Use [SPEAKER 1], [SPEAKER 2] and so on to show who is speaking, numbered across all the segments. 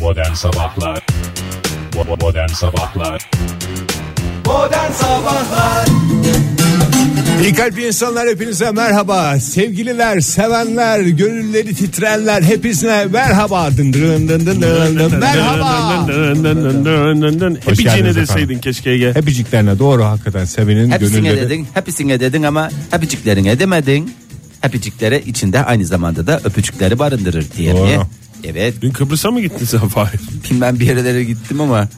[SPEAKER 1] Modern Sabahlar Bo- Modern Sabahlar
[SPEAKER 2] Modern Sabahlar
[SPEAKER 3] İyi kalpli insanlar hepinize merhaba. Sevgililer, sevenler, gönülleri titrenler hepsine merhaba. Dın dın dın dın dın dın. Merhaba.
[SPEAKER 4] Hepiciğine
[SPEAKER 3] geldiniz
[SPEAKER 4] deseydin
[SPEAKER 3] efendim.
[SPEAKER 4] keşke Ege.
[SPEAKER 3] Hepiciklerine doğru hakikaten sevenin
[SPEAKER 2] Hepsine
[SPEAKER 3] gönülleri.
[SPEAKER 2] dedin hepsine dedin ama hepiciklerine demedin Hepiciklere içinde aynı zamanda da öpücükleri barındırır diye
[SPEAKER 3] Doğru.
[SPEAKER 2] mi? Evet
[SPEAKER 4] Dün Kıbrıs'a mı gittin sen Fahir?
[SPEAKER 2] ben bir yerlere gittim ama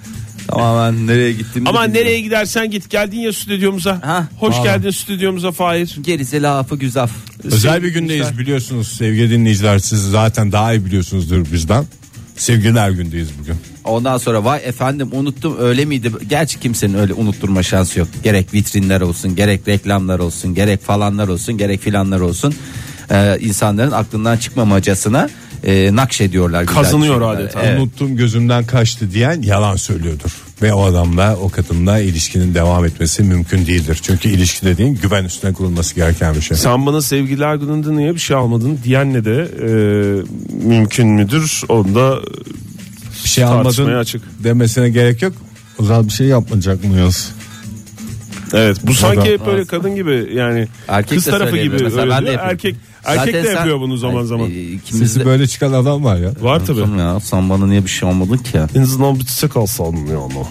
[SPEAKER 2] tamamen nereye gittim
[SPEAKER 4] Ama
[SPEAKER 2] bilmiyorum.
[SPEAKER 4] nereye gidersen git geldin ya stüdyomuza.
[SPEAKER 2] Ha,
[SPEAKER 4] Hoş
[SPEAKER 2] vallahi.
[SPEAKER 4] geldin stüdyomuza Fahir.
[SPEAKER 2] Gerisi lafı güzaf
[SPEAKER 3] Özel bir gündeyiz biliyorsunuz sevgili dinleyiciler siz zaten daha iyi biliyorsunuzdur bizden. Sevgililer gündeyiz bugün.
[SPEAKER 2] Ondan sonra vay efendim unuttum öyle miydi? Gerçi kimsenin öyle unutturma şansı yok. Gerek vitrinler olsun, gerek reklamlar olsun, gerek falanlar olsun, gerek filanlar olsun. Ee, insanların aklından çıkmamacasına e, nakşediyorlar. güzel
[SPEAKER 4] Kazanıyor
[SPEAKER 2] şeyler.
[SPEAKER 4] adeta.
[SPEAKER 2] Evet.
[SPEAKER 3] Unuttum gözümden kaçtı diyen yalan söylüyordur. Ve o adamla o kadınla ilişkinin devam etmesi mümkün değildir. Çünkü ilişki dediğin güven üstüne kurulması gereken bir şey.
[SPEAKER 4] Sen bana sevgililer gününde niye bir şey almadın diyenle de e, mümkün müdür? Onda
[SPEAKER 3] bir şey
[SPEAKER 4] tartışmaya
[SPEAKER 3] almadın
[SPEAKER 4] açık.
[SPEAKER 3] demesine gerek yok. Özel bir şey yapmayacak mıyız?
[SPEAKER 4] Evet bu sanki
[SPEAKER 3] Adam.
[SPEAKER 4] hep böyle kadın gibi yani
[SPEAKER 2] Erkek de
[SPEAKER 4] kız tarafı
[SPEAKER 2] söyleyemiyor.
[SPEAKER 4] gibi
[SPEAKER 2] Mesela
[SPEAKER 4] öyle
[SPEAKER 2] ben de
[SPEAKER 4] diyor.
[SPEAKER 2] yapıyorum.
[SPEAKER 4] erkek erkek
[SPEAKER 2] Zaten
[SPEAKER 4] de
[SPEAKER 2] sen-
[SPEAKER 4] yapıyor bunu zaman
[SPEAKER 2] Ay,
[SPEAKER 4] zaman.
[SPEAKER 2] e, ikimiz
[SPEAKER 3] Sesi
[SPEAKER 2] de-
[SPEAKER 3] böyle çıkan adam var ya.
[SPEAKER 4] Var tabi.
[SPEAKER 2] Ya, sen bana niye bir şey olmadın ki?
[SPEAKER 4] En azından bir çiçek alsan ya onu.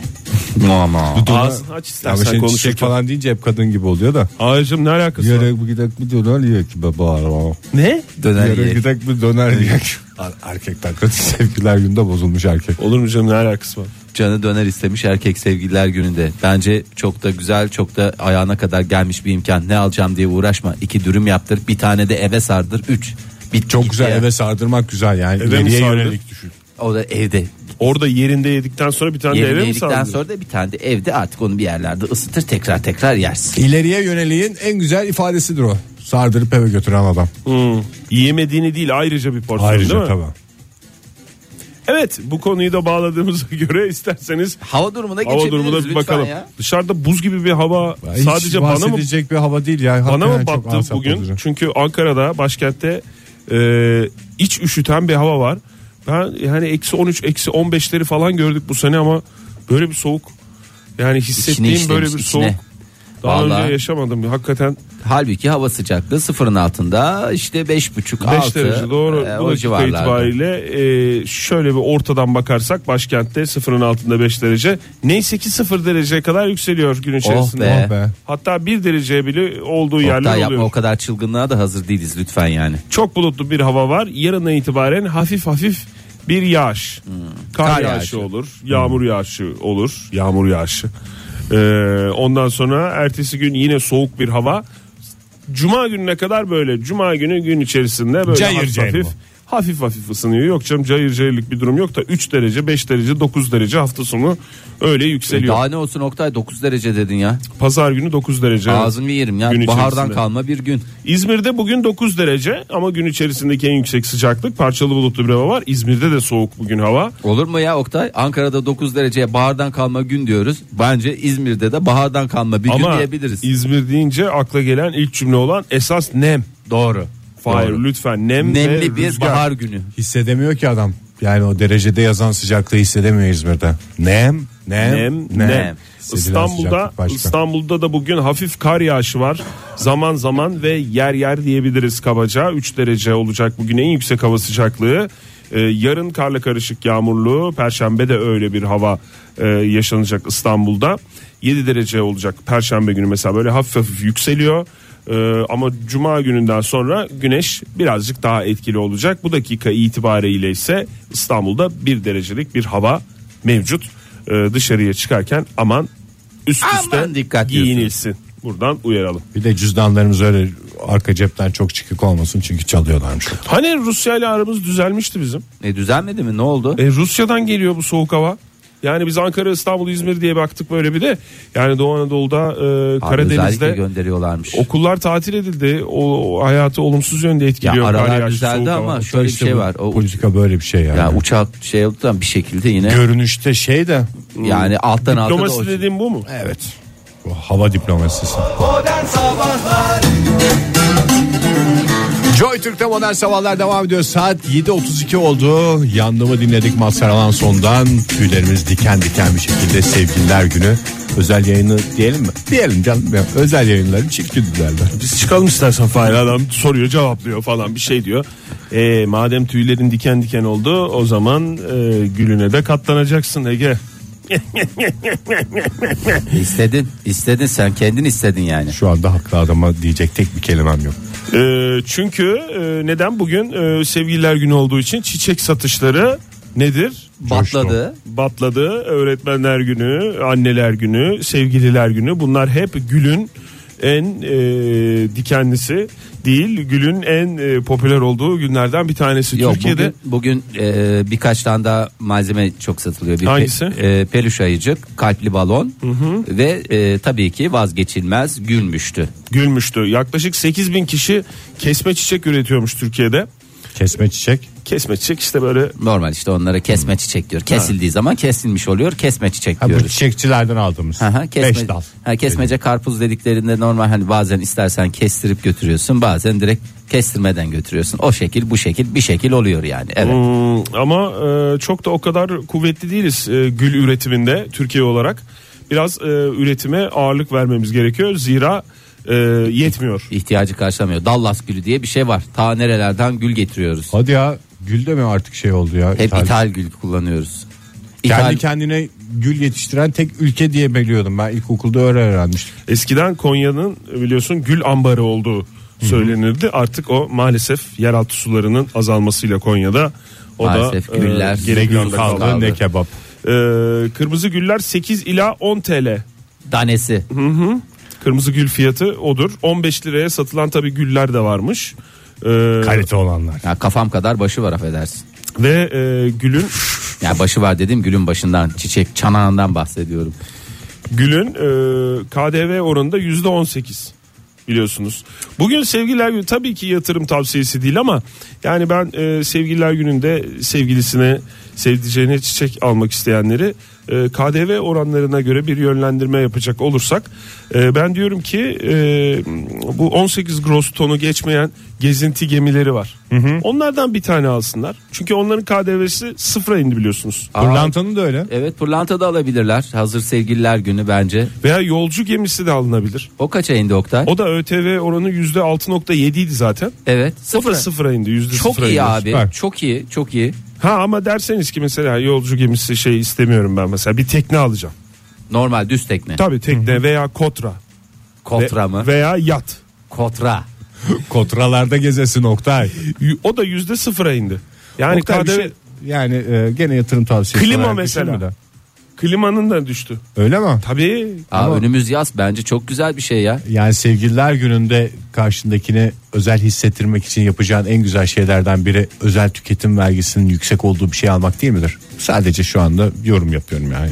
[SPEAKER 2] Ama.
[SPEAKER 4] Ağzını aç
[SPEAKER 3] Ama
[SPEAKER 4] istersen
[SPEAKER 3] şey çiçek
[SPEAKER 4] konuşurken.
[SPEAKER 3] falan deyince hep kadın gibi oluyor da.
[SPEAKER 4] Ağacım ne alakası var?
[SPEAKER 3] bu gidek mi döner yiyek be bağır.
[SPEAKER 4] Ne?
[SPEAKER 2] Döner
[SPEAKER 3] Yere
[SPEAKER 2] yiyek.
[SPEAKER 3] gidek mi döner yiyek. Erkekten kadın sevgiler günde bozulmuş erkek.
[SPEAKER 4] Olur mu canım ne alakası var?
[SPEAKER 2] Canı döner istemiş erkek sevgililer gününde. Bence çok da güzel çok da ayağına kadar gelmiş bir imkan. Ne alacağım diye uğraşma. İki dürüm yaptır bir tane de eve sardır. Üç. Bit,
[SPEAKER 3] Çok
[SPEAKER 2] gitti
[SPEAKER 3] güzel
[SPEAKER 2] ya.
[SPEAKER 3] eve sardırmak güzel yani.
[SPEAKER 4] Eve mi
[SPEAKER 3] ileriye
[SPEAKER 4] sardın?
[SPEAKER 3] E, yönelik düşün.
[SPEAKER 2] O da evde.
[SPEAKER 4] Orada yerinde yedikten sonra bir tane de
[SPEAKER 2] Yerini
[SPEAKER 4] eve mi
[SPEAKER 2] yedikten
[SPEAKER 4] saldırıyor?
[SPEAKER 2] sonra da bir tane de evde artık onu bir yerlerde ısıtır tekrar tekrar yersin.
[SPEAKER 3] İleriye yöneliğin en güzel ifadesidir o. Sardırıp eve götüren adam.
[SPEAKER 4] Hmm. Yiyemediğini değil ayrıca bir porsiyon değil
[SPEAKER 3] Ayrıca
[SPEAKER 4] mi?
[SPEAKER 3] tabii.
[SPEAKER 4] Evet bu konuyu da bağladığımıza göre isterseniz
[SPEAKER 2] Hava durumuna
[SPEAKER 4] hava
[SPEAKER 2] geçebiliriz
[SPEAKER 4] durumuna bir
[SPEAKER 2] lütfen
[SPEAKER 4] bakalım.
[SPEAKER 2] ya.
[SPEAKER 4] Dışarıda buz gibi bir hava
[SPEAKER 3] Ya Hiç
[SPEAKER 4] sadece bana mı
[SPEAKER 3] bahsedecek bir hava değil ya.
[SPEAKER 4] bana
[SPEAKER 3] Hakikaten
[SPEAKER 4] mı
[SPEAKER 3] çok
[SPEAKER 4] battı
[SPEAKER 3] asap
[SPEAKER 4] bugün?
[SPEAKER 3] bozucu.
[SPEAKER 4] Çünkü Ankara'da başkentte e, iç üşüten bir hava var. Ben yani eksi 13 eksi 15'leri falan gördük bu sene ama böyle bir soğuk yani
[SPEAKER 2] İçine
[SPEAKER 4] hissettiğim böyle
[SPEAKER 2] işlemiş,
[SPEAKER 4] bir
[SPEAKER 2] içine.
[SPEAKER 4] soğuk daha
[SPEAKER 2] Vallahi.
[SPEAKER 4] önce yaşamadım. Hakikaten
[SPEAKER 2] Halbuki hava sıcaklığı sıfırın altında işte beş buçuk
[SPEAKER 4] 5
[SPEAKER 2] altı,
[SPEAKER 4] derece doğru.
[SPEAKER 2] e,
[SPEAKER 4] Bu
[SPEAKER 2] o
[SPEAKER 4] dakika
[SPEAKER 2] civarlarda.
[SPEAKER 4] itibariyle e, şöyle bir ortadan bakarsak başkentte sıfırın altında 5 derece. Neyse ki 0 dereceye kadar yükseliyor gün içerisinde.
[SPEAKER 2] be.
[SPEAKER 3] Oh be.
[SPEAKER 4] Hatta 1 derece bile olduğu
[SPEAKER 2] Hatta
[SPEAKER 4] yerler
[SPEAKER 2] yapma
[SPEAKER 4] oluyor.
[SPEAKER 2] o kadar çılgınlığa da hazır değiliz lütfen yani.
[SPEAKER 4] Çok bulutlu bir hava var. Yarından itibaren hafif hafif bir yağış. Kar,
[SPEAKER 2] Kar
[SPEAKER 4] yağışı,
[SPEAKER 2] yağışı.
[SPEAKER 4] olur. Yağmur yağışı olur. Yağmur yağışı. E, ondan sonra ertesi gün yine soğuk bir hava. Cuma gününe kadar böyle. Cuma günü gün içerisinde böyle
[SPEAKER 3] Cayır
[SPEAKER 4] hafif
[SPEAKER 3] cayır
[SPEAKER 4] hafif,
[SPEAKER 3] bu.
[SPEAKER 4] hafif hafif ısınıyor. Yok canım cayır cayırlık bir durum yok da 3 derece 5 derece 9 derece hafta sonu öyle yükseliyor.
[SPEAKER 2] E Daha ne olsun Oktay 9 derece dedin ya.
[SPEAKER 4] Pazar günü 9 derece.
[SPEAKER 2] Ağzını yerim ya.
[SPEAKER 4] Gün
[SPEAKER 2] Bahardan
[SPEAKER 4] içerisinde.
[SPEAKER 2] kalma bir gün.
[SPEAKER 4] İzmir'de bugün 9 derece ama gün içerisindeki en yüksek sıcaklık parçalı bulutlu bir hava var. İzmir'de de soğuk bugün hava.
[SPEAKER 2] Olur mu ya Oktay? Ankara'da 9 dereceye bahardan kalma gün diyoruz. Bence İzmir'de de bahardan kalma bir gün
[SPEAKER 4] Ama
[SPEAKER 2] diyebiliriz.
[SPEAKER 4] İzmir deyince akla gelen ilk cümle olan esas nem.
[SPEAKER 2] Doğru.
[SPEAKER 4] Hayır
[SPEAKER 2] Doğru.
[SPEAKER 4] lütfen nem
[SPEAKER 2] Nemli
[SPEAKER 4] Nemli
[SPEAKER 2] bir bahar günü.
[SPEAKER 3] Hissedemiyor ki adam. Yani o derecede yazan sıcaklığı hissedemiyor İzmir'de. Nem, nem,
[SPEAKER 4] Nem,
[SPEAKER 3] nem.
[SPEAKER 4] nem.
[SPEAKER 3] Hissedilen
[SPEAKER 4] İstanbul'da
[SPEAKER 3] sıcaklık başka.
[SPEAKER 4] İstanbul'da da bugün hafif kar yağışı var. Zaman zaman ve yer yer diyebiliriz kabaca. 3 derece olacak bugün en yüksek hava sıcaklığı. Ee, yarın karla karışık yağmurlu. Perşembe de öyle bir hava e, yaşanacak İstanbul'da. 7 derece olacak Perşembe günü mesela böyle hafif hafif yükseliyor. Ee, ama cuma gününden sonra güneş birazcık daha etkili olacak. Bu dakika itibariyle ise İstanbul'da 1 derecelik bir hava mevcut e, dışarıya çıkarken aman üst
[SPEAKER 2] Aman
[SPEAKER 4] üste
[SPEAKER 2] dikkat
[SPEAKER 4] giyinilsin. Buradan uyaralım.
[SPEAKER 3] Bir de cüzdanlarımız öyle arka cepten çok çıkık olmasın çünkü çalıyorlarmış.
[SPEAKER 4] Hani Rusya ile aramız düzelmişti bizim.
[SPEAKER 2] E düzelmedi mi? Ne oldu?
[SPEAKER 4] E, Rusya'dan geliyor bu soğuk hava. Yani biz Ankara, İstanbul, İzmir diye baktık böyle bir de. Yani Doğu Anadolu'da, e,
[SPEAKER 2] Abi,
[SPEAKER 4] Karadeniz'de
[SPEAKER 2] özellikle gönderiyorlarmış.
[SPEAKER 4] okullar tatil edildi. O, o hayatı olumsuz yönde
[SPEAKER 2] ya
[SPEAKER 4] etkiliyor. kar
[SPEAKER 2] aralar
[SPEAKER 4] yağışı, soğuk
[SPEAKER 2] düzeldi
[SPEAKER 4] hava.
[SPEAKER 2] ama şöyle bir
[SPEAKER 3] İşte
[SPEAKER 2] şey
[SPEAKER 3] bu
[SPEAKER 2] var. O uç-
[SPEAKER 3] politika böyle bir şey yani.
[SPEAKER 2] ya uçak şey oldu da bir şekilde yine
[SPEAKER 3] Görünüşte şey de
[SPEAKER 2] yani alttan alta da o-
[SPEAKER 4] Diplomasi dediğim bu mu?
[SPEAKER 3] evet. Bu hava diplomasisi.
[SPEAKER 2] Modern Sabahlar
[SPEAKER 3] Joy Türk'te modern sabahlar devam ediyor. Saat 7.32 oldu. Yandımı dinledik Mazhar Alanson'dan. Tüylerimiz diken diken bir şekilde sevgililer günü. Özel yayını diyelim mi? Diyelim canım. ya. Özel yayınların çift gündülerden.
[SPEAKER 4] Biz çıkalım istersen Fahir adam soruyor cevaplıyor falan bir şey diyor. E, madem tüylerin diken diken oldu o zaman e, gülüne de katlanacaksın Ege.
[SPEAKER 2] İstedin. istedin sen kendin istedin yani.
[SPEAKER 3] Şu anda haklı adama diyecek tek bir kelimem yok.
[SPEAKER 4] E, çünkü e, neden bugün e, sevgililer günü olduğu için çiçek satışları nedir?
[SPEAKER 2] Batladı.
[SPEAKER 4] Batladı. Öğretmenler günü, anneler günü, sevgililer günü bunlar hep gülün en e, dikenlisi değil gülün en e, popüler olduğu günlerden bir tanesi
[SPEAKER 2] Yok
[SPEAKER 4] Türkiye'de.
[SPEAKER 2] bugün, bugün e, birkaç tane daha malzeme çok satılıyor. Bir pe-
[SPEAKER 4] Hangisi?
[SPEAKER 2] e, peluş ayıcık, kalpli balon ve e, tabii ki vazgeçilmez gülmüştü.
[SPEAKER 4] gülmüştü. Yaklaşık 8 bin kişi kesme çiçek üretiyormuş Türkiye'de.
[SPEAKER 3] Kesme çiçek.
[SPEAKER 4] Kesme çiçek işte böyle
[SPEAKER 2] Normal işte onlara kesme çiçek diyor. Kesildiği zaman kesilmiş oluyor. Kesme çiçek
[SPEAKER 3] Ha, bu
[SPEAKER 2] diyoruz.
[SPEAKER 3] çiçekçilerden aldığımız.
[SPEAKER 2] Hı hı, kesme-
[SPEAKER 3] Beş dal.
[SPEAKER 2] Ha, kesmece karpuz dediklerinde normal hani bazen istersen kestirip götürüyorsun bazen direkt kestirmeden götürüyorsun. O şekil bu şekil bir şekil oluyor yani. Evet.
[SPEAKER 4] Hmm, ama e, çok da o kadar kuvvetli değiliz e, gül üretiminde Türkiye olarak. Biraz e, üretime ağırlık vermemiz gerekiyor. Zira e, yetmiyor.
[SPEAKER 3] Hmm.
[SPEAKER 2] İhtiyacı karşılamıyor. Dallas gülü diye bir şey var. Ta nerelerden gül getiriyoruz.
[SPEAKER 3] Hadi ya gül de mi artık şey oldu ya?
[SPEAKER 2] Hep
[SPEAKER 3] İthal.
[SPEAKER 2] ithal gül kullanıyoruz.
[SPEAKER 3] Kendi
[SPEAKER 2] İthal-
[SPEAKER 3] kendine gül yetiştiren tek ülke diye biliyordum. Ben ilkokulda öyle öğrenmiştim.
[SPEAKER 4] Eskiden Konya'nın e, biliyorsun gül ambarı olduğu söylenirdi. Artık o maalesef yeraltı sularının azalmasıyla Konya'da o
[SPEAKER 2] Maalesef
[SPEAKER 4] da
[SPEAKER 2] güller,
[SPEAKER 4] gerek
[SPEAKER 2] gül
[SPEAKER 4] yolda kaldı.
[SPEAKER 2] kaldı.
[SPEAKER 3] ne kebap.
[SPEAKER 4] E, kırmızı güller 8 ila 10 TL
[SPEAKER 2] Danesi.
[SPEAKER 4] Kırmızı gül fiyatı odur. 15 liraya satılan tabi güller de varmış. Ee,
[SPEAKER 3] Kalite olanlar.
[SPEAKER 2] Ya kafam kadar başı var affedersin.
[SPEAKER 4] ve e, gülün
[SPEAKER 2] Ya başı var dedim gülün başından çiçek çanağından bahsediyorum.
[SPEAKER 4] gülün e, KDV oranında yüzde 18 biliyorsunuz. Bugün sevgililer günü tabii ki yatırım tavsiyesi değil ama yani ben e, sevgililer gününde sevgilisine sevdiceğine çiçek almak isteyenleri e, KDV oranlarına göre bir yönlendirme yapacak olursak e, ben diyorum ki e, bu 18 gross tonu geçmeyen gezinti gemileri var. Onlardan bir tane alsınlar. Çünkü onların KDV'si sıfıra indi biliyorsunuz.
[SPEAKER 3] Pırlantanın da öyle.
[SPEAKER 2] Evet pırlanta da alabilirler. Hazır sevgililer günü bence.
[SPEAKER 4] Veya yolcu gemisi de alınabilir.
[SPEAKER 2] O kaça indi Oktay?
[SPEAKER 4] O da ÖTV oranı %6.7 idi zaten.
[SPEAKER 2] evet.
[SPEAKER 4] Sıfır sıfıra indi yüzde
[SPEAKER 2] Çok
[SPEAKER 4] sıfıra
[SPEAKER 2] iyi
[SPEAKER 4] indi.
[SPEAKER 2] abi.
[SPEAKER 3] süper.
[SPEAKER 2] Çok iyi. Çok iyi.
[SPEAKER 4] Ha ama derseniz ki mesela yolcu gemisi şey istemiyorum ben mesela bir tekne alacağım.
[SPEAKER 2] Normal düz tekne.
[SPEAKER 4] Tabii tekne veya kotra. Ve-
[SPEAKER 2] Kotra mı?
[SPEAKER 4] Veya yat.
[SPEAKER 2] Kotra.
[SPEAKER 3] Kotralarda gezesin Oktay.
[SPEAKER 4] Y- O da yüzde sıfıra indi. Yani
[SPEAKER 3] Oktay bir
[SPEAKER 4] KDV
[SPEAKER 3] şey- yani e, gene yatırım tavsiyesi.
[SPEAKER 4] Klima
[SPEAKER 3] olarak şey
[SPEAKER 4] mesela.
[SPEAKER 3] düşünme de.
[SPEAKER 4] klimanın da düştü.
[SPEAKER 3] Öyle mi?
[SPEAKER 4] Tabii.
[SPEAKER 2] Aa,
[SPEAKER 4] Ama-
[SPEAKER 2] önümüz yaz bence çok güzel bir şey ya.
[SPEAKER 3] Yani sevgililer gününde karşındakini özel hissettirmek için yapacağın en güzel şeylerden biri özel tüketim vergisinin yüksek olduğu bir şey almak değil midir? Sadece şu anda yorum yapıyorum ya yani.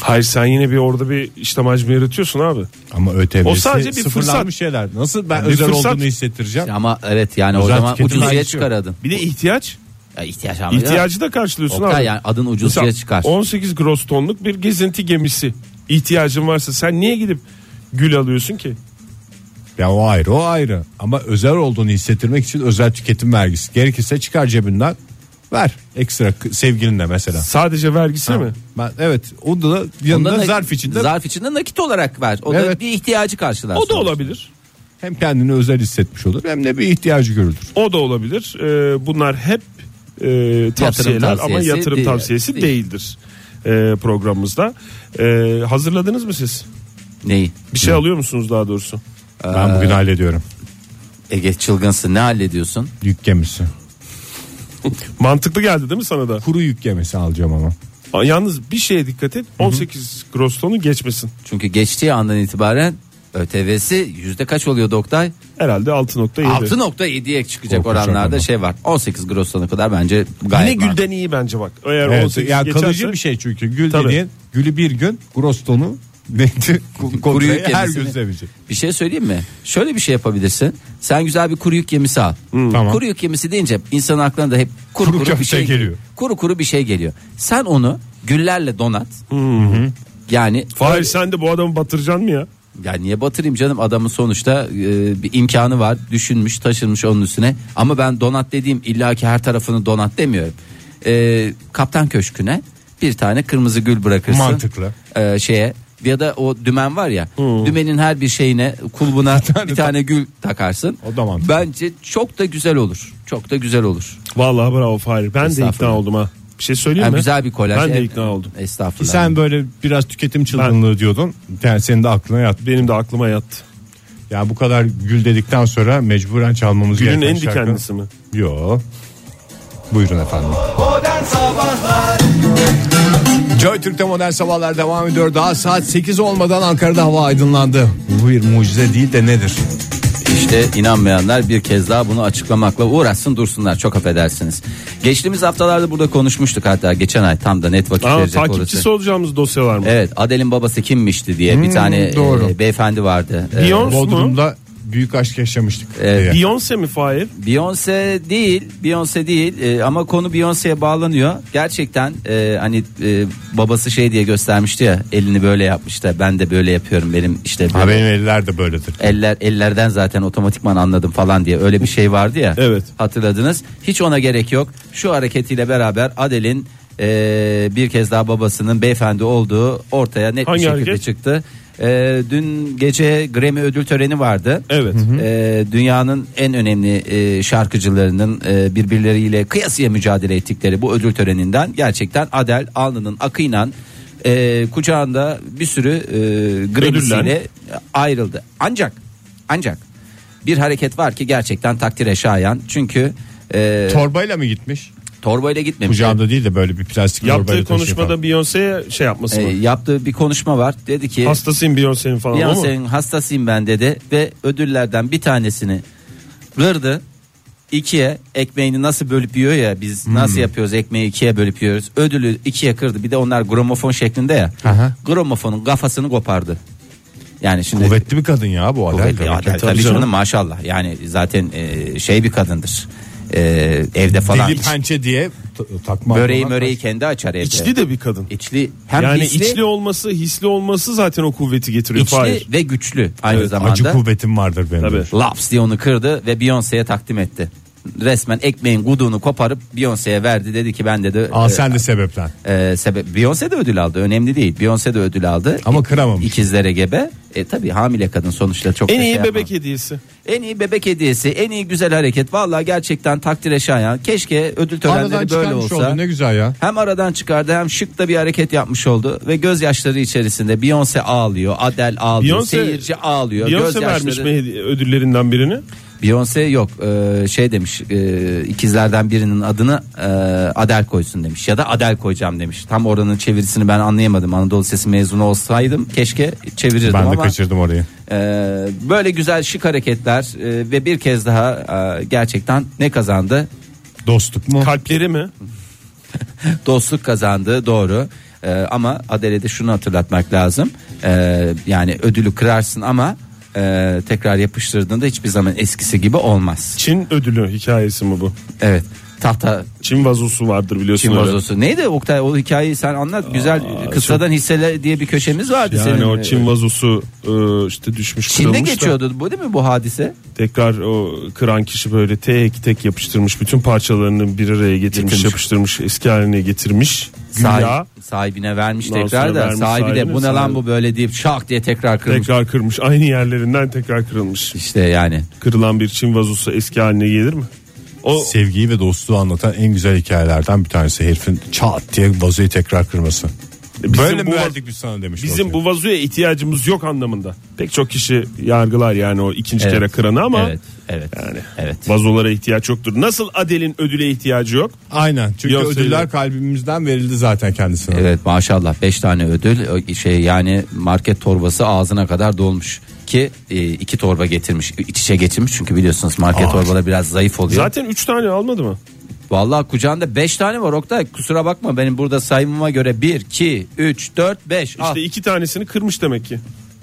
[SPEAKER 4] Hayır sen yine bir orada bir işlem hacmi yaratıyorsun abi.
[SPEAKER 3] Ama ÖTV'si
[SPEAKER 4] O sadece bir
[SPEAKER 3] sıfırlanmış
[SPEAKER 4] fırsat.
[SPEAKER 3] şeyler. Nasıl ben
[SPEAKER 4] Bir
[SPEAKER 3] özel
[SPEAKER 4] fırsat.
[SPEAKER 3] olduğunu hissettireceğim?
[SPEAKER 2] Ama evet yani o
[SPEAKER 3] Özel
[SPEAKER 2] zaman
[SPEAKER 3] tüketim
[SPEAKER 2] ucuzluğa
[SPEAKER 3] vergisi yok.
[SPEAKER 2] çıkaradın.
[SPEAKER 4] Bir de ihtiyaç.
[SPEAKER 2] Ya ihtiyaç ama.
[SPEAKER 4] İhtiyacı da karşılıyorsun
[SPEAKER 2] Oktay
[SPEAKER 4] abi.
[SPEAKER 2] yani adın
[SPEAKER 4] Mesela
[SPEAKER 2] ucuzluğa çıkar.
[SPEAKER 4] 18 gross tonluk bir gezinti gemisi ihtiyacın varsa sen niye gidip gül alıyorsun ki?
[SPEAKER 3] Ya o ayrı o ayrı. Ama özel olduğunu hissettirmek için özel tüketim vergisi. Gerekirse çıkar cebinden ver ekstra k- sevgilinle mesela.
[SPEAKER 4] Sadece vergisi mi?
[SPEAKER 3] Ben, evet o da yanında
[SPEAKER 2] Ondan da-
[SPEAKER 3] zarf içinde
[SPEAKER 2] Zarf içinde nakit olarak ver. O da
[SPEAKER 3] Evet.
[SPEAKER 2] bir ihtiyacı karşılar.
[SPEAKER 4] O da
[SPEAKER 2] sonuçta.
[SPEAKER 4] olabilir.
[SPEAKER 3] hem kendini özel hissetmiş olur hem de bir ihtiyacı görülür.
[SPEAKER 4] O da olabilir. Ee, bunlar hep e, tavsiyeler ama
[SPEAKER 2] tavsiyesi
[SPEAKER 4] yatırım
[SPEAKER 2] değil.
[SPEAKER 4] tavsiyesi
[SPEAKER 2] Değil.
[SPEAKER 4] değildir e, programımızda. E, hazırladınız mı siz?
[SPEAKER 2] Neyi?
[SPEAKER 4] Bir şey alıyor musunuz daha doğrusu?
[SPEAKER 3] Ben bugün hallediyorum.
[SPEAKER 2] Ege çılgınsın ne hallediyorsun?
[SPEAKER 3] Yük gemisi.
[SPEAKER 4] Mantıklı geldi değil mi sana da?
[SPEAKER 3] Kuru yük gemisi alacağım ama.
[SPEAKER 4] A, Yalnız bir şeye dikkat et. 18 gross tonu geçmesin.
[SPEAKER 2] Çünkü geçtiği andan itibaren ÖTV'si yüzde kaç oluyor Oktay?
[SPEAKER 4] Herhalde 6.7.
[SPEAKER 2] 6.7'ye çıkacak
[SPEAKER 3] Korkunç
[SPEAKER 2] oranlarda
[SPEAKER 3] rakam.
[SPEAKER 2] şey var. 18 gross tonu kadar bence
[SPEAKER 4] Yine
[SPEAKER 2] gayet makul.
[SPEAKER 4] gülden iyi bence bak. Eğer
[SPEAKER 3] Evet,
[SPEAKER 4] 18
[SPEAKER 3] ya
[SPEAKER 4] geçerse,
[SPEAKER 3] kalıcı bir şey çünkü gül
[SPEAKER 4] Tabii.
[SPEAKER 3] dediğin gülü bir gün grostonu neydi? Ku-
[SPEAKER 2] Kuru yük
[SPEAKER 3] kontrayı her
[SPEAKER 2] gemisi
[SPEAKER 3] gün
[SPEAKER 2] mi?
[SPEAKER 3] sevecek.
[SPEAKER 2] Bir şey söyleyeyim mi? Şöyle bir şey yapabilirsin. Sen güzel bir kuru yük gemisi al.
[SPEAKER 3] Tamam.
[SPEAKER 2] Kuru yük gemisi deyince insanın aklına da hep kuru
[SPEAKER 3] Kuru
[SPEAKER 2] kuru, bir
[SPEAKER 3] köfte
[SPEAKER 2] şey
[SPEAKER 3] geliyor.
[SPEAKER 2] Kuru kuru bir şey geliyor. Sen onu güllerle donat. Yani
[SPEAKER 4] Fahir sen de bu adamı batıracaksın mı ya?
[SPEAKER 2] Ya niye batırayım canım adamın sonuçta e, bir imkanı var düşünmüş taşınmış onun üstüne ama ben donat dediğim illaki her tarafını donat demiyorum. E, Kaptan Köşkü'ne bir tane kırmızı gül bırakırsın.
[SPEAKER 3] Mantıklı.
[SPEAKER 2] E, şeye ya da o dümen var ya dümenin her bir şeyine kulbuna bir tane, gül takarsın.
[SPEAKER 3] O da mantıklı.
[SPEAKER 2] Bence çok da güzel olur çok da güzel olur.
[SPEAKER 4] Vallahi bravo Fahir. Ben de ikna
[SPEAKER 2] Estağfurullah.
[SPEAKER 4] oldum ha. Bir şey söyleyeyim
[SPEAKER 2] Yani
[SPEAKER 4] mi?
[SPEAKER 2] güzel bir kolaj.
[SPEAKER 4] Ben de
[SPEAKER 2] E,
[SPEAKER 4] ikna oldum.
[SPEAKER 2] Estağfurullah.
[SPEAKER 3] Sen böyle biraz tüketim çılgınlığı diyordun. Yani senin de aklına yattı.
[SPEAKER 4] Benim de aklıma yattı.
[SPEAKER 3] Ya bu kadar gül dedikten sonra mecburen çalmamız
[SPEAKER 4] Gülün
[SPEAKER 3] gereken
[SPEAKER 4] en dikenlisi mi?
[SPEAKER 3] Yo. Buyurun efendim.
[SPEAKER 5] Modern Sabahlar
[SPEAKER 3] Joy Türk'te modern sabahlar devam ediyor. Daha saat 8 olmadan Ankara'da hava aydınlandı. Bu bir mucize değil de nedir?
[SPEAKER 2] İşte inanmayanlar bir kez daha bunu açıklamakla uğraşsın dursunlar çok affedersiniz. Geçtiğimiz haftalarda burada konuşmuştuk hatta geçen ay tam da net vakit
[SPEAKER 4] Aa,
[SPEAKER 2] verecek
[SPEAKER 4] takipçisi
[SPEAKER 2] şey olursa.
[SPEAKER 4] Hmm, olacağımız dosya var mı?
[SPEAKER 2] Evet Adel'in babası kimmişti diye bir tane
[SPEAKER 3] doğru.
[SPEAKER 2] e, beyefendi vardı. E,
[SPEAKER 4] Beyon- Nasıl mı?
[SPEAKER 3] Bodrum'da büyük aşk yaşamıştık.
[SPEAKER 2] Evet.
[SPEAKER 3] diye.
[SPEAKER 4] Beyoncé mi Fahir?
[SPEAKER 2] Beyoncé değil, Beyoncé değil e, ama konu Beyoncé'ye bağlanıyor. Gerçekten e, hani e, babası şey diye göstermişti ya elini böyle yapmıştı. Ben de böyle yapıyorum benim işte
[SPEAKER 3] Ha,
[SPEAKER 2] böyle
[SPEAKER 3] benim eller de böyledir.
[SPEAKER 2] eller ellerden zaten otomatikman anladım falan diye öyle bir şey vardı ya.
[SPEAKER 4] Evet.
[SPEAKER 2] Hatırladınız. Hiç ona gerek yok. Şu hareketiyle beraber Adel'in eee, bir kez daha babasının beyefendi olduğu ortaya net
[SPEAKER 4] Hangi
[SPEAKER 2] bir şekilde
[SPEAKER 4] hareket?
[SPEAKER 2] çıktı. Eee, dün gece Grammy ödül töreni vardı.
[SPEAKER 4] Evet.
[SPEAKER 2] Eee, dünyanın en önemli eee, şarkıcılarının eee, birbirleriyle kıyasıya mücadele ettikleri bu ödül töreninden gerçekten Adel alnının akıyla eee, kucağında bir sürü eee Grammy'siyle ayrıldı. Ancak ancak bir hareket var ki gerçekten takdire şayan. Çünkü e,
[SPEAKER 3] Torbayla mı gitmiş?
[SPEAKER 2] torbayla gitmemiş. E,
[SPEAKER 3] Kucağında değil de böyle bir plastik torbayla
[SPEAKER 4] Yaptığı
[SPEAKER 3] taşıyor
[SPEAKER 4] konuşmada
[SPEAKER 3] falan.
[SPEAKER 4] Beyoncé'ye şey yapması
[SPEAKER 2] E,
[SPEAKER 4] mı?
[SPEAKER 2] yaptığı bir konuşma var. Dedi ki
[SPEAKER 4] Hastasıyım Beyoncé'nin falan ama
[SPEAKER 2] Ee, Beyoncé'nin hastasıyım ben dedi ve ödüllerden bir tanesini kırdı. ikiye ekmeğini nasıl bölüp yiyor ya biz nasıl yapıyoruz ekmeği ikiye bölüp yiyoruz. Ödülü ikiye kırdı. Bir de onlar gramofon şeklinde ya.
[SPEAKER 3] Aha.
[SPEAKER 2] Gramofonun kafasını kopardı. Yani şimdi
[SPEAKER 3] Kuvvetli bir kadın ya bu Adel.
[SPEAKER 2] Kuvvetli
[SPEAKER 3] Demek ki.
[SPEAKER 2] Adel tabii canım maşallah. Yani zaten e, şey bir kadındır. E, evde falan.
[SPEAKER 3] Deli pençe diye t- takma.
[SPEAKER 2] Böreği
[SPEAKER 3] falan.
[SPEAKER 2] möreği kendi açar evde.
[SPEAKER 4] içli de bir kadın.
[SPEAKER 2] İçli Ee, hem
[SPEAKER 4] Yani
[SPEAKER 2] hisli,
[SPEAKER 4] içli olması, hisli olması zaten o kuvveti getiriyor
[SPEAKER 2] içli
[SPEAKER 4] Fahir.
[SPEAKER 2] ve güçlü aynı
[SPEAKER 3] Evet,
[SPEAKER 2] zamanda.
[SPEAKER 3] Acı kuvvetim vardır benim.
[SPEAKER 4] Tabii.
[SPEAKER 2] Laps diye onu kırdı ve Beyoncé'ye takdim etti. Resmen ekmeğin guduğunu koparıp Beyoncé'ye verdi. Dedi ki ben dedi
[SPEAKER 3] Al sen de sebeplen.
[SPEAKER 2] e, sebep Beyoncé de ödül aldı. Önemli değil. Beyoncé de ödül aldı.
[SPEAKER 3] Ama kıramamış.
[SPEAKER 2] İkizlere gebe. E tabii hamile kadın sonuçta çok
[SPEAKER 4] En
[SPEAKER 2] da şey
[SPEAKER 4] iyi
[SPEAKER 2] yapmaz.
[SPEAKER 4] bebek hediyesi.
[SPEAKER 2] En iyi bebek hediyesi, en iyi güzel hareket. Vallahi gerçekten takdire şayan. Keşke ödül
[SPEAKER 3] Aradan
[SPEAKER 2] törenleri böyle
[SPEAKER 3] çıkarmış
[SPEAKER 2] olsa.
[SPEAKER 3] oldu ne güzel ya.
[SPEAKER 2] Hem aradan çıkardı hem şık da bir hareket yapmış oldu ve gözyaşları içerisinde Beyoncé ağlıyor, Adele ağlıyor,
[SPEAKER 4] Beyoncé-
[SPEAKER 2] seyirci ağlıyor.
[SPEAKER 4] Beyoncé
[SPEAKER 2] gözyaşları...
[SPEAKER 4] vermiş mi hedi- ödüllerinden birini?
[SPEAKER 2] Beyoncé yok e, şey demiş e, ikizlerden birinin adını e, Adel koysun demiş ya da Adel koyacağım demiş. Tam oranın çevirisini ben anlayamadım. Anadolu Sesi mezunu olsaydım keşke çevirirdim
[SPEAKER 3] Ben de
[SPEAKER 2] ama
[SPEAKER 3] kaçırdım orayı.
[SPEAKER 2] e, böyle güzel şık hareketler e, ve bir kez daha e, gerçekten ne kazandı?
[SPEAKER 3] Dostluk mu?
[SPEAKER 4] Kalpleri mi?
[SPEAKER 2] Dostluk kazandı doğru. E, ama Adele'de de şunu hatırlatmak lazım. E, yani ödülü kırarsın ama e, tekrar yapıştırdığında hiçbir zaman eskisi gibi olmaz.
[SPEAKER 4] Çin ödülü hikayesi mi bu?
[SPEAKER 2] Evet. Tahta
[SPEAKER 4] Çin vazosu vardır biliyorsun.
[SPEAKER 2] Çin
[SPEAKER 4] öyle.
[SPEAKER 2] vazosu. Neydi Oktay o hikayeyi sen anlat. Güzel kıssadan hisseler diye bir köşemiz vardı
[SPEAKER 4] Yani
[SPEAKER 2] senin.
[SPEAKER 4] o Çin vazosu e, işte düşmüş
[SPEAKER 2] Çin'de
[SPEAKER 4] kırılmış da
[SPEAKER 2] geçiyordu bu değil mi bu hadise?
[SPEAKER 4] tekrar o kıran kişi böyle tek tek yapıştırmış bütün parçalarını bir araya getirmiş
[SPEAKER 2] Getirmiş.
[SPEAKER 4] yapıştırmış eski haline getirmiş.
[SPEAKER 2] Sahi-
[SPEAKER 4] Güya
[SPEAKER 2] sahibine vermiş
[SPEAKER 4] Ondan
[SPEAKER 2] tekrar
[SPEAKER 4] sonra
[SPEAKER 2] da
[SPEAKER 4] vermiş
[SPEAKER 2] sahibi de
[SPEAKER 4] sahibine,
[SPEAKER 2] bu ne lan
[SPEAKER 4] sahibi-
[SPEAKER 2] bu böyle deyip şak diye tekrar kırmış.
[SPEAKER 4] tekrar kırmış aynı yerlerinden tekrar kırılmış.
[SPEAKER 2] İşte yani.
[SPEAKER 4] Kırılan bir Çin vazosu eski haline gelir mi? O
[SPEAKER 3] Sevgiyi ve dostluğu anlatan en güzel hikayelerden bir tanesi. Herifin çat diye vazoyu tekrar kırması.
[SPEAKER 4] E, bizim
[SPEAKER 3] Böyle mi
[SPEAKER 4] bu-
[SPEAKER 3] verdik biz sana demiş.
[SPEAKER 4] Bizim
[SPEAKER 3] vazoyu.
[SPEAKER 4] bu vazoya ihtiyacımız yok anlamında. Pek çok kişi yargılar yani o ikinci
[SPEAKER 2] Evet.
[SPEAKER 4] kere kıranı ama
[SPEAKER 2] Evet, evet.
[SPEAKER 4] yani
[SPEAKER 2] Evet.
[SPEAKER 4] vazolara ihtiyaç yoktur. Nasıl Adel'in ödüle ihtiyacı yok?
[SPEAKER 3] Aynen çünkü
[SPEAKER 4] Yok,
[SPEAKER 3] ödüller
[SPEAKER 4] söyle.
[SPEAKER 3] kalbimizden verildi zaten kendisine.
[SPEAKER 2] Evet maşallah 5 tane ödül şey yani market torbası ağzına kadar dolmuş ki e, iki torba getirmiş iç içe getirmiş çünkü biliyorsunuz market torbaları biraz zayıf oluyor.
[SPEAKER 4] Zaten 3 tane almadı mı?
[SPEAKER 2] Vallahi kucağında 5 tane var Oktay kusura bakma benim burada saymama göre 1 2 3 4 5
[SPEAKER 4] İşte iki tanesini kırmış demek ki.
[SPEAKER 2] Ah.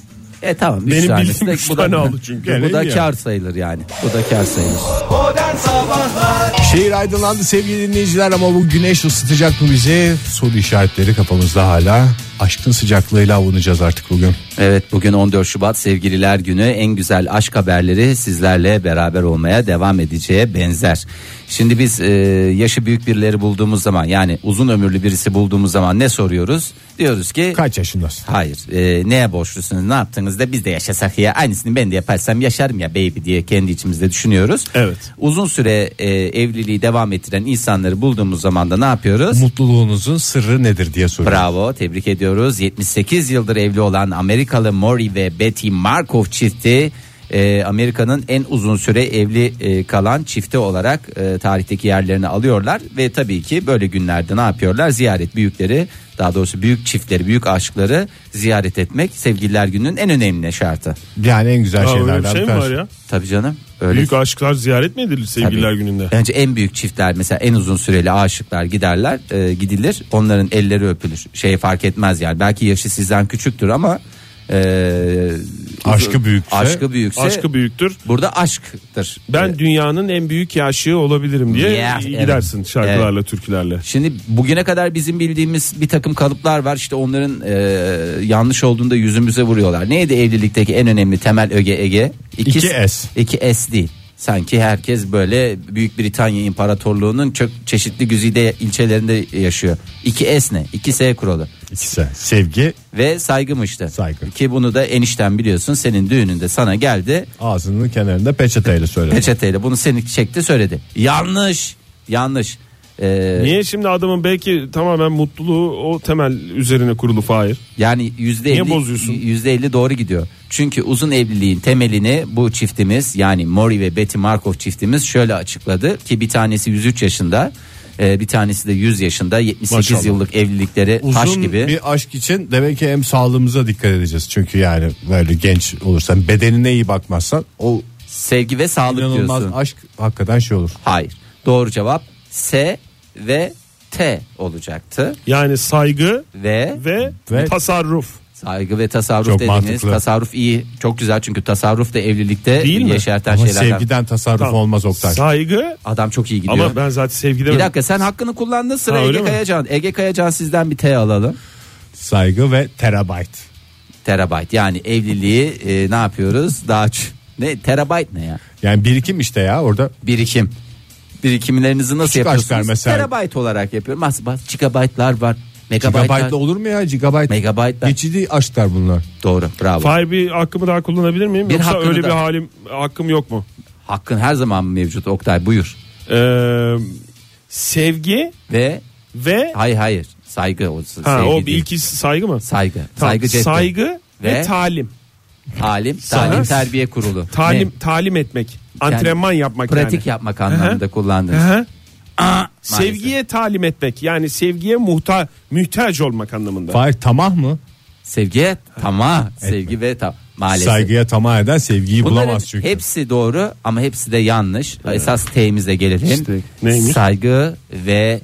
[SPEAKER 2] E tamam
[SPEAKER 4] Benim
[SPEAKER 2] 3 tanesi
[SPEAKER 4] bildiğim
[SPEAKER 2] de
[SPEAKER 4] üç
[SPEAKER 2] bu
[SPEAKER 4] tane
[SPEAKER 2] da,
[SPEAKER 4] aldı çünkü.
[SPEAKER 2] Bu da
[SPEAKER 3] Gene iyi
[SPEAKER 2] kar sayılır yani. Bu da kar sayılır.
[SPEAKER 5] Modern Sabahlar
[SPEAKER 3] Şehir aydınlandı sevgili dinleyiciler ama bu güneş ısıtacak mı bizi? Soru işaretleri kafamızda hala. aşkın sıcaklığıyla avunacağız artık bugün.
[SPEAKER 2] Evet bugün 14 Şubat sevgililer günü en güzel aşk haberleri sizlerle beraber olmaya devam edeceğe benzer. Şimdi biz e, yaşı büyük birileri bulduğumuz zaman yani uzun ömürlü birisi bulduğumuz zaman ne soruyoruz? Diyoruz ki
[SPEAKER 3] Kaç yaşındasın?
[SPEAKER 2] hayır e, neye borçlusunuz ne yaptınız da biz de yaşasak ya aynısını ben de yaparsam yaşarım ya baby diye kendi içimizde düşünüyoruz.
[SPEAKER 4] Evet.
[SPEAKER 2] Uzun süre e, evliliği devam ettiren insanları bulduğumuz zaman da ne yapıyoruz?
[SPEAKER 3] Mutluluğunuzun sırrı nedir diye soruyor.
[SPEAKER 2] Bravo tebrik ediyoruz. 78 yıldır evli olan Amerikalı Maury ve Betty Markov çifti e, Amerika'nın en uzun süre evli e, kalan çifti olarak e, tarihteki yerlerini alıyorlar. Ve tabii ki böyle günlerde ne yapıyorlar? Ziyaret büyükleri daha doğrusu büyük çiftleri büyük aşıkları ziyaret etmek sevgililer gününün en önemli şartı.
[SPEAKER 3] Yani en güzel
[SPEAKER 4] Aa, öyle bir
[SPEAKER 3] şeylerden
[SPEAKER 4] şey mi
[SPEAKER 3] bir tanesi.
[SPEAKER 4] var ya?
[SPEAKER 2] Tabii canım öyle.
[SPEAKER 4] Büyük aşklar ziyaret mi edilir sevgililer
[SPEAKER 2] Tabii.
[SPEAKER 4] gününde?
[SPEAKER 2] Bence en büyük çiftler mesela en uzun süreli aşıklar giderler e, gidilir onların elleri öpülür şey fark etmez yani belki yaşı sizden küçüktür ama e,
[SPEAKER 3] Aşkı büyükse-
[SPEAKER 2] aşkı büyükse
[SPEAKER 4] Aşkı büyüktür.
[SPEAKER 2] burada aşktır.
[SPEAKER 4] Ben
[SPEAKER 2] E,
[SPEAKER 4] dünyanın en büyük yaşığı olabilirim diye
[SPEAKER 2] Yeah, evet.
[SPEAKER 4] gidersin şarkılarla, türkülerle.
[SPEAKER 2] Şimdi bugüne kadar bizim bildiğimiz bir takım kalıplar var işte onların e, yanlış olduğunda yüzümüze vuruyorlar. Neydi evlilikteki en önemli temel öge ege? İkiz-
[SPEAKER 3] İki S.
[SPEAKER 2] 2S değil. Sanki herkes böyle Büyük Britanya İmparatorluğu'nun çok çeşitli güzide ilçelerinde yaşıyor. 2S ne? 2S kuralı.
[SPEAKER 3] İkisi. Sevgi
[SPEAKER 2] Ve saygımıştı.
[SPEAKER 3] Saygı.
[SPEAKER 2] Ki bunu da enişten biliyorsun senin düğününde sana geldi
[SPEAKER 3] ağzının kenarında peçeteyle söyle.
[SPEAKER 2] peçeteyle bunu seni çekti söyledi. Yanlış. Yanlış. Ee,
[SPEAKER 4] Niye şimdi adamın belki tamamen mutluluğu o temel üzerine kurulu Fahir?
[SPEAKER 2] Yani yüzde
[SPEAKER 4] Niye
[SPEAKER 2] elli-
[SPEAKER 4] bozuyorsun?
[SPEAKER 2] yüzde elli doğru gidiyor. Çünkü uzun evliliğin temelini bu çiftimiz yani Mori ve Betty Markov çiftimiz şöyle açıkladı ki bir tanesi 103 yaşında e, bir tanesi de 100 yaşında 78
[SPEAKER 4] Maşallah.
[SPEAKER 2] yıllık evlilikleri
[SPEAKER 3] Uzun
[SPEAKER 2] taş gibi.
[SPEAKER 3] bir aşk için demek ki hem sağlığımıza dikkat edeceğiz. Çünkü yani böyle genç olursan bedenine iyi bakmazsan o
[SPEAKER 2] Sevgi ve sağlık
[SPEAKER 3] inanılmaz
[SPEAKER 2] diyorsun.
[SPEAKER 3] aşk hakikaten şey olur.
[SPEAKER 2] Hayır. Doğru cevap S ve T olacaktı
[SPEAKER 4] Yani saygı
[SPEAKER 2] ve
[SPEAKER 4] ve,
[SPEAKER 3] Ve-
[SPEAKER 4] tasarruf.
[SPEAKER 2] saygı ve tasarruf
[SPEAKER 3] Çok
[SPEAKER 2] dediğiniz
[SPEAKER 3] mantıklı.
[SPEAKER 2] tasarruf iyi çok güzel çünkü tasarruf da evlilikte
[SPEAKER 4] Değil mi?
[SPEAKER 2] yeşerten
[SPEAKER 3] Ama
[SPEAKER 2] şeylerden.
[SPEAKER 3] sevgiden tasarruf
[SPEAKER 4] Tamam.
[SPEAKER 3] olmaz Oktay.
[SPEAKER 4] Saygı
[SPEAKER 2] Adam çok iyi gidiyor.
[SPEAKER 4] ama ben zaten sevgide
[SPEAKER 2] Bir dakika sen hakkını kullandın sıra
[SPEAKER 4] Ha, öyle
[SPEAKER 2] Ege
[SPEAKER 4] mi?
[SPEAKER 2] Kayacan. Ege Kayacan sizden bir T alalım.
[SPEAKER 3] Saygı ve terabayt.
[SPEAKER 2] Terabayt yani evliliği e, ne yapıyoruz? Daha ç- ne terabayt ne ya?
[SPEAKER 3] Yani birikim işte ya orada.
[SPEAKER 2] Birikim. Birikimlerinizi nasıl
[SPEAKER 3] Küçük aşklar
[SPEAKER 2] yapıyorsunuz?
[SPEAKER 3] mesela.
[SPEAKER 2] Terabayt olarak yapıyorum. Mas bas gigabaytlar var. Megabaytlar.
[SPEAKER 3] Gigabaytla olur mu ya gigabayt?
[SPEAKER 2] Megabaytlar.
[SPEAKER 3] Geçici aşklar bunlar.
[SPEAKER 2] Doğru. Bravo.
[SPEAKER 4] Fahir bir hakkımı daha kullanabilir miyim?
[SPEAKER 2] Bir
[SPEAKER 4] Yoksa
[SPEAKER 2] hakkını
[SPEAKER 4] öyle
[SPEAKER 2] daha.
[SPEAKER 4] bir halim hakkım yok mu?
[SPEAKER 2] Hakkın her zaman mevcut. Oktay buyur.
[SPEAKER 4] Ee, sevgi
[SPEAKER 2] Ve
[SPEAKER 4] ve
[SPEAKER 2] hayır hayır. Saygı o
[SPEAKER 4] ha,
[SPEAKER 2] sevgi
[SPEAKER 4] o bir
[SPEAKER 2] değil.
[SPEAKER 4] ilkisi saygı mı?
[SPEAKER 2] saygı.
[SPEAKER 4] Tamam,
[SPEAKER 2] Saygı cepte.
[SPEAKER 4] saygı ve,
[SPEAKER 2] Ve-
[SPEAKER 4] talim.
[SPEAKER 2] Talim,
[SPEAKER 4] Sana-
[SPEAKER 2] talim terbiye kurulu.
[SPEAKER 4] Talim
[SPEAKER 2] Ne?
[SPEAKER 4] talim etmek, antrenman yapmak
[SPEAKER 2] pratik
[SPEAKER 4] yani.
[SPEAKER 2] yapmak anlamında kullandınız.
[SPEAKER 4] Hı-hı.
[SPEAKER 2] maalesef.
[SPEAKER 4] Sevgiye talim etmek yani sevgiye muhta mühtaç olmak anlamında.
[SPEAKER 3] Fahir tamah mı?
[SPEAKER 2] Sevgiye tamah. Sevgi ve tam. Maalesef.
[SPEAKER 3] Saygıya tamah eden sevgiyi
[SPEAKER 2] Bunların
[SPEAKER 3] bulamaz çünkü.
[SPEAKER 2] hepsi doğru ama hepsi de yanlış. Esas teyimize gelelim.
[SPEAKER 4] İşte neymiş?
[SPEAKER 2] Saygı ve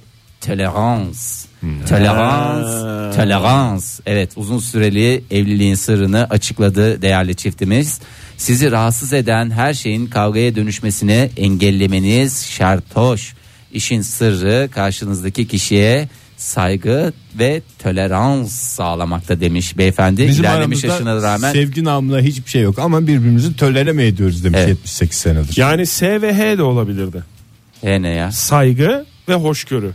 [SPEAKER 2] tolerans.
[SPEAKER 3] Hmm.
[SPEAKER 2] Tolerans, tolerans. Evet uzun süreli evliliğin sırrını açıkladı değerli çiftimiz. Sizi rahatsız eden her şeyin kavgaya dönüşmesini engellemeniz şart hoş. İşin sırrı karşınızdaki kişiye saygı ve tolerans sağlamakta demiş beyefendi.
[SPEAKER 3] Bizim
[SPEAKER 2] İlerlemiş
[SPEAKER 3] aramızda
[SPEAKER 2] yaşına rağmen
[SPEAKER 3] sevgi namına hiçbir şey yok ama birbirimizi tölereme ediyoruz demiş
[SPEAKER 2] Evet.
[SPEAKER 3] 78 senedir.
[SPEAKER 4] Yani S ve H de olabilirdi.
[SPEAKER 2] He ne ya?
[SPEAKER 4] Saygı ve hoşgörü.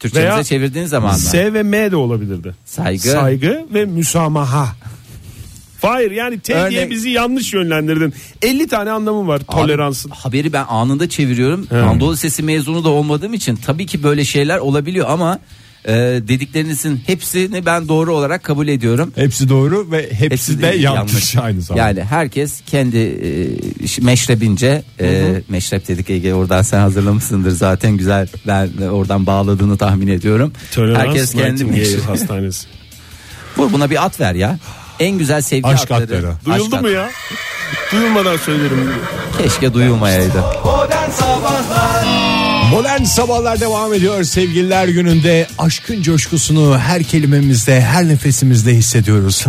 [SPEAKER 2] Türkçemize
[SPEAKER 4] Veya
[SPEAKER 2] çevirdiğin zaman mı?
[SPEAKER 4] S ve M de olabilirdi.
[SPEAKER 2] Saygı.
[SPEAKER 4] Saygı ve müsamaha. Hayır yani T
[SPEAKER 2] Örnek-
[SPEAKER 4] diye bizi yanlış yönlendirdin. 50 tane anlamı var
[SPEAKER 2] Abi,
[SPEAKER 4] toleransın.
[SPEAKER 2] haberi ben anında çeviriyorum. Anadolu Lisesi mezunu da olmadığım için tabii ki böyle şeyler olabiliyor ama e, dediklerinizin hepsini ben doğru olarak kabul ediyorum.
[SPEAKER 3] Hepsi doğru ve hepsi, de yanlış, aynı zamanda.
[SPEAKER 2] Yani herkes kendi e, iş- meşrebince e, meşrep dedik Ege oradan sen hazırlamışsındır zaten güzel ben e, oradan bağladığını tahmin ediyorum. herkes kendi
[SPEAKER 4] Nightingale
[SPEAKER 2] meşrebi.
[SPEAKER 4] hastanesi.
[SPEAKER 2] Vur buna bir at ver ya. En güzel sevgi
[SPEAKER 3] Aşk
[SPEAKER 2] atları.
[SPEAKER 3] atları.
[SPEAKER 2] Aşk
[SPEAKER 4] Duyuldu mu
[SPEAKER 2] at-
[SPEAKER 4] ya? Duyulmadan söylerim.
[SPEAKER 2] Keşke duyulmayaydı.
[SPEAKER 5] Modern Sabahlar
[SPEAKER 3] Modern sabahlar devam ediyor sevgililer gününde aşkın coşkusunu her kelimemizde her nefesimizde hissediyoruz.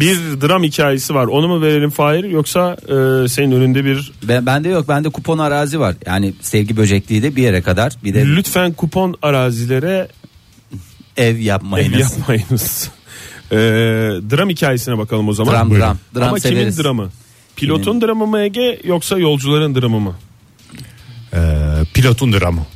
[SPEAKER 4] Bir dram hikayesi var. Onu mu verelim Fahir yoksa e, senin önünde bir
[SPEAKER 2] Ben, bende yok bende kupon arazi var. Yani sevgi böcekliği de bir yere kadar. Bir de
[SPEAKER 4] lütfen kupon arazilere
[SPEAKER 2] Ev yapmayınız.
[SPEAKER 4] Ev yapmayınız. Ee, dram hikayesine bakalım o zaman.
[SPEAKER 2] Dram,
[SPEAKER 4] Buyurun.
[SPEAKER 2] dram. Dram
[SPEAKER 4] Ama
[SPEAKER 2] severiz.
[SPEAKER 4] kimin dramı? Pilotun
[SPEAKER 2] Kimin?
[SPEAKER 4] dramı mı Ege yoksa yolcuların dramı mı?
[SPEAKER 3] Ee, pilotun dramı.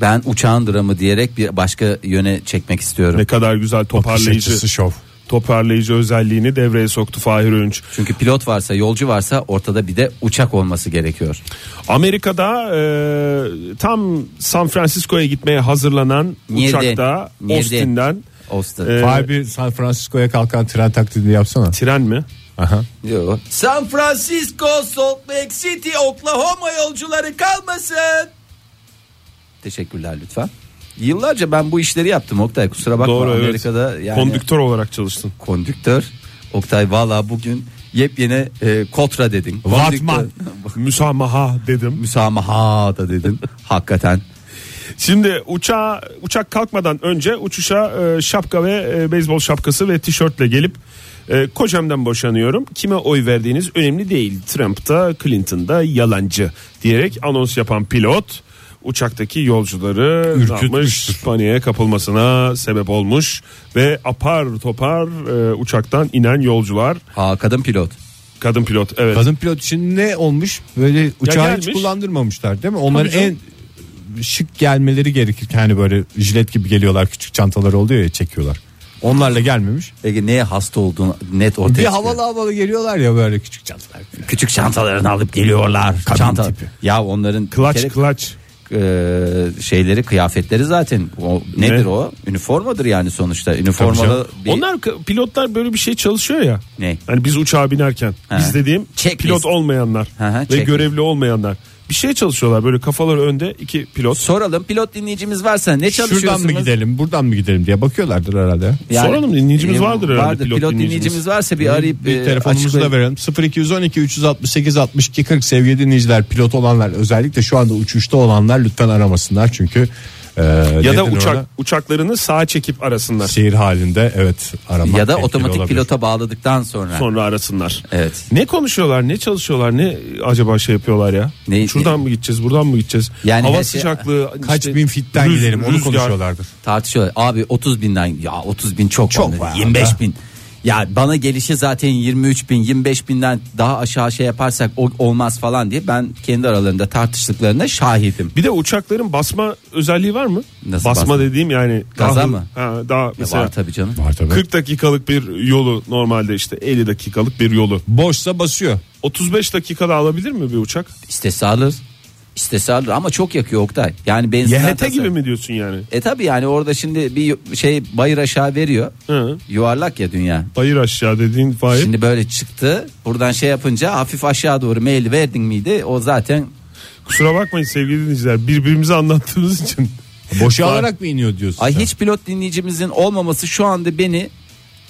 [SPEAKER 2] Ben uçağın dramı diyerek bir başka yöne çekmek istiyorum.
[SPEAKER 4] Ne kadar güzel toparlayıcı
[SPEAKER 3] Parlayıcısı şov.
[SPEAKER 4] toparlayıcı özelliğini devreye soktu Fahir Önç.
[SPEAKER 2] Çünkü pilot varsa yolcu varsa ortada bir de uçak olması gerekiyor.
[SPEAKER 4] Amerika'da e, tam San Francisco'ya gitmeye hazırlanan
[SPEAKER 2] Nerede?
[SPEAKER 4] uçakta
[SPEAKER 2] Nerede?
[SPEAKER 4] Austin'den
[SPEAKER 2] Austin.
[SPEAKER 4] Ee,
[SPEAKER 3] Vay bir San Francisco'ya kalkan tren taklidi yapsana.
[SPEAKER 4] tren mi?
[SPEAKER 3] Aha.
[SPEAKER 2] Yo. San Francisco, Salt Lake City, Oklahoma yolcuları kalmasın. Teşekkürler lütfen. Yıllarca ben bu işleri yaptım Oktay kusura bakma
[SPEAKER 4] Doğru evet.
[SPEAKER 2] Amerika'da yani
[SPEAKER 4] Kondüktör olarak çalıştın.
[SPEAKER 2] kondüktör. Oktay valla bugün yepyeni e, kotra dedin.
[SPEAKER 4] Vatman.
[SPEAKER 2] Kondüktör-
[SPEAKER 4] Müsamaha dedim.
[SPEAKER 2] Müsamaha da dedin. Hakikaten.
[SPEAKER 4] Şimdi uçağa uçak kalkmadan önce uçuşa e, şapka ve e, beyzbol şapkası ve tişörtle gelip e, kocamdan boşanıyorum. Kime oy verdiğiniz önemli değil. Trump da Clinton da yalancı diyerek anons yapan pilot uçaktaki yolcuları ne
[SPEAKER 3] Ürkütmüştür.
[SPEAKER 4] yapmış? paniğe kapılmasına sebep olmuş ve apar topar e, uçaktan inen yolcular
[SPEAKER 2] Ha kadın pilot.
[SPEAKER 4] kadın pilot evet
[SPEAKER 3] Kadın pilot için ne olmuş? Böyle uçağı hiç
[SPEAKER 4] gelmiş.
[SPEAKER 3] kullandırmamışlar değil mi? Onların
[SPEAKER 4] Tabii
[SPEAKER 3] en
[SPEAKER 4] canım.
[SPEAKER 3] şık gelmeleri gerekir. Hani böyle jilet gibi geliyorlar küçük çantalar oluyor ya çekiyorlar. Onlarla gelmemiş.
[SPEAKER 2] Peki neye hasta olduğunu net ortaya
[SPEAKER 3] Bir
[SPEAKER 2] çıkıyor.
[SPEAKER 3] havalı havalı geliyorlar ya böyle küçük çantalar.
[SPEAKER 2] Küçük çantalarını alıp geliyorlar.
[SPEAKER 3] Kadın
[SPEAKER 2] Çanta.
[SPEAKER 3] tipi.
[SPEAKER 2] Ya onların bir
[SPEAKER 4] clutch
[SPEAKER 2] kere-
[SPEAKER 4] clutch
[SPEAKER 2] e, şeyleri kıyafetleri zaten o nedir o üniformadır yani sonuçta üniformalı bir
[SPEAKER 4] Onlar k- pilotlar böyle bir şey çalışıyor ya.
[SPEAKER 2] Ne?
[SPEAKER 4] Hani biz uçağa binerken
[SPEAKER 2] Ha.
[SPEAKER 4] biz dediğim
[SPEAKER 2] Checklist.
[SPEAKER 4] pilot olmayanlar
[SPEAKER 2] Hı hı,
[SPEAKER 4] ve
[SPEAKER 2] checklist.
[SPEAKER 4] görevli olmayanlar. Bir şey çalışıyorlar böyle kafaları önde iki pilot.
[SPEAKER 2] soralım pilot dinleyicimiz varsa ne
[SPEAKER 3] Şuradan
[SPEAKER 2] E, çalışıyorsunuz?
[SPEAKER 3] mı gidelim buradan mı gidelim diye bakıyorlardır herhalde.
[SPEAKER 4] Soralım, dinleyicimiz vardır herhalde,
[SPEAKER 2] vardır. Pilot,
[SPEAKER 4] pilot
[SPEAKER 2] dinleyicimiz.
[SPEAKER 4] dinleyicimiz
[SPEAKER 2] varsa bir arayıp
[SPEAKER 3] bir
[SPEAKER 2] e,
[SPEAKER 3] telefonumuzu da
[SPEAKER 2] açıklayın.
[SPEAKER 3] verelim. 0212 368 62 40 sevgili dinleyiciler pilot olanlar özellikle şu anda uçuşta olanlar lütfen aramasınlar çünkü e,
[SPEAKER 4] Ya da
[SPEAKER 3] nedir
[SPEAKER 4] uçak
[SPEAKER 3] ona?
[SPEAKER 4] uçaklarını sağa çekip arasınlar.
[SPEAKER 3] seyir halinde evet aramak
[SPEAKER 2] ya da
[SPEAKER 3] tehlikeli
[SPEAKER 2] otomatik
[SPEAKER 3] olabilir.
[SPEAKER 2] pilota bağladıktan sonra.
[SPEAKER 4] Sonra arasınlar.
[SPEAKER 2] Evet.
[SPEAKER 4] Ne konuşuyorlar, ne çalışıyorlar, ne acaba şey yapıyorlar ya?
[SPEAKER 2] Ne-
[SPEAKER 4] Şuradan mı gideceğiz, buradan mı gideceğiz?
[SPEAKER 2] Yani
[SPEAKER 4] Hava
[SPEAKER 2] her şey-
[SPEAKER 4] sıcaklığı
[SPEAKER 3] kaç
[SPEAKER 4] işte
[SPEAKER 3] bin fitten
[SPEAKER 4] rüz-
[SPEAKER 3] gidelim onu
[SPEAKER 4] rüzgar.
[SPEAKER 3] konuşuyorlardır.
[SPEAKER 2] tartışıyorlar. Abi 30 binden ya 30 bin çok,
[SPEAKER 3] Çok
[SPEAKER 2] bana.
[SPEAKER 3] var
[SPEAKER 2] 25
[SPEAKER 3] abi.
[SPEAKER 2] bin. Ya bana gelişi zaten 23 bin 25 binden daha aşağı şey yaparsak o- olmaz falan diye ben kendi aralarında tartıştıklarına E, şahidim.
[SPEAKER 4] Bir de uçakların basma özelliği var mı?
[SPEAKER 2] Nasıl
[SPEAKER 4] basma,
[SPEAKER 2] basma?
[SPEAKER 4] dediğim yani
[SPEAKER 2] Gaza
[SPEAKER 4] daha-
[SPEAKER 2] mı?
[SPEAKER 4] Ha, daha
[SPEAKER 2] Ya
[SPEAKER 4] mesela
[SPEAKER 2] var tabii canım.
[SPEAKER 3] Var tabii.
[SPEAKER 4] 40 dakikalık bir yolu normalde işte 50 dakikalık bir yolu.
[SPEAKER 3] Boşsa basıyor.
[SPEAKER 4] 35 dakikada alabilir mi bir uçak?
[SPEAKER 2] İstese alır. İstese alır ama çok yakıyor Oktay. Yani benzin
[SPEAKER 4] YHT
[SPEAKER 2] atarsa-
[SPEAKER 4] gibi mi diyorsun yani?
[SPEAKER 2] E tabi yani orada şimdi bir şey bayır aşağı veriyor.
[SPEAKER 4] Hı.
[SPEAKER 2] Yuvarlak ya dünya.
[SPEAKER 4] Bayır aşağı dediğin faiz.
[SPEAKER 2] Şimdi böyle çıktı. Buradan şey yapınca hafif aşağı doğru mail verdin miydi? O zaten
[SPEAKER 4] Kusura bakmayın sevgili dinleyiciler birbirimize anlattığımız için.
[SPEAKER 3] Boşu alarak mı iniyor diyorsun?
[SPEAKER 2] Ay
[SPEAKER 3] sen?
[SPEAKER 2] hiç pilot dinleyicimizin olmaması şu anda beni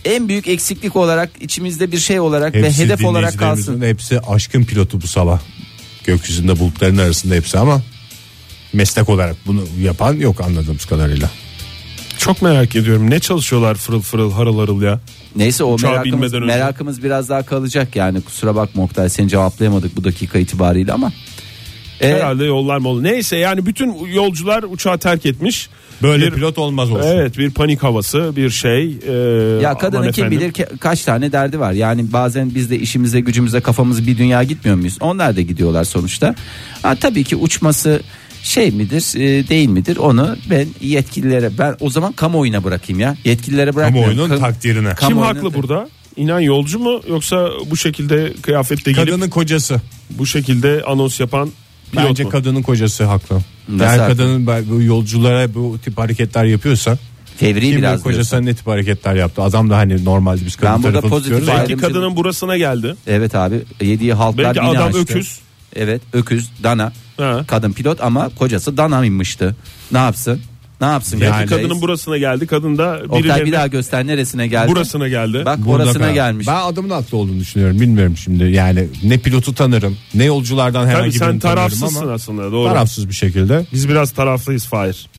[SPEAKER 2] en büyük eksiklik olarak içimizde bir şey olarak
[SPEAKER 3] Hepsi
[SPEAKER 2] ve hedef olarak
[SPEAKER 3] dinleyicilerimizin
[SPEAKER 2] kalsın.
[SPEAKER 3] Hepsi aşkın pilotu bu sabah. Gökyüzünde bulutların arasında hepsi ama meslek olarak bunu yapan yok anladığımız kadarıyla.
[SPEAKER 4] Çok merak ediyorum ne çalışıyorlar fırıl fırıl harıl harıl ya.
[SPEAKER 2] Neyse o
[SPEAKER 4] Uçağa
[SPEAKER 2] merakımız,
[SPEAKER 4] binmeden önce.
[SPEAKER 2] merakımız biraz daha kalacak yani kusura bakma Oktay seni cevaplayamadık bu dakika itibariyle ama. E,
[SPEAKER 4] Herhalde yollar mı olur? Neyse yani bütün yolcular uçağı terk etmiş.
[SPEAKER 3] Böyle
[SPEAKER 4] bir,
[SPEAKER 3] pilot olmaz olsun.
[SPEAKER 4] Evet bir panik havası bir şey. Ee,
[SPEAKER 2] ya
[SPEAKER 4] aman
[SPEAKER 2] kadının kim
[SPEAKER 4] efendim.
[SPEAKER 2] bilir ki- kaç tane derdi var. Yani bazen biz de işimize gücümüze kafamız bir dünya gitmiyor muyuz? Onlar da gidiyorlar sonuçta. Ha, tabii ki uçması şey midir e, değil midir onu ben yetkililere ben o zaman kamuoyuna bırakayım ya. Yetkililere bırakmıyorum.
[SPEAKER 3] Kamuoyunun
[SPEAKER 2] Ka-
[SPEAKER 3] takdirine.
[SPEAKER 2] Kam-
[SPEAKER 4] Kim
[SPEAKER 2] Kamuoyuna-
[SPEAKER 4] haklı burada? İnan yolcu mu yoksa bu şekilde kıyafetle gelip
[SPEAKER 3] Kadının kocası.
[SPEAKER 4] bu şekilde anons yapan pilot
[SPEAKER 3] Bence
[SPEAKER 4] mu?
[SPEAKER 3] kadının kocası haklı.
[SPEAKER 2] Nasıl
[SPEAKER 3] yani
[SPEAKER 2] haklı?
[SPEAKER 3] kadının bu yolculara bu tip hareketler yapıyorsa
[SPEAKER 2] Fevri
[SPEAKER 3] kim
[SPEAKER 2] biraz
[SPEAKER 3] bilir
[SPEAKER 2] diyorsun.
[SPEAKER 3] kocasına ne tip hareketler yaptı. Adam da hani normalde biz kadın
[SPEAKER 2] Ben burada
[SPEAKER 3] tarafı
[SPEAKER 2] pozitif
[SPEAKER 3] tutuyoruz.
[SPEAKER 2] ayrı-
[SPEAKER 4] Belki
[SPEAKER 2] Ayrımcılık-
[SPEAKER 4] kadının burasına geldi.
[SPEAKER 2] Evet abi yediği halklar
[SPEAKER 4] Belki
[SPEAKER 2] bini
[SPEAKER 4] adam
[SPEAKER 2] aştı.
[SPEAKER 4] öküz.
[SPEAKER 2] Evet öküz dana.
[SPEAKER 4] Ha.
[SPEAKER 2] Kadın pilot ama kocası dana inmişti. Ne yapsın? Ne yapsın?
[SPEAKER 4] Belki
[SPEAKER 2] Yani-
[SPEAKER 4] kadının burasına geldi. Kadın da
[SPEAKER 2] Oktay bir
[SPEAKER 4] birilerine
[SPEAKER 2] daha göster neresine geldi.
[SPEAKER 4] burasına geldi.
[SPEAKER 2] Bak
[SPEAKER 3] Burada
[SPEAKER 2] orasına
[SPEAKER 3] karar.
[SPEAKER 2] gelmiş.
[SPEAKER 3] Ben adamın haklı olduğunu düşünüyorum. Bilmiyorum şimdi. Yani ne pilotu tanırım, ne yolculardan herhangi
[SPEAKER 4] Tabii
[SPEAKER 3] birini
[SPEAKER 4] sen
[SPEAKER 3] tanırım
[SPEAKER 4] tarafsızsın
[SPEAKER 3] ama
[SPEAKER 4] aslında doğru.
[SPEAKER 3] tarafsız bir şekilde
[SPEAKER 4] Biz biraz taraflıyız Fahir.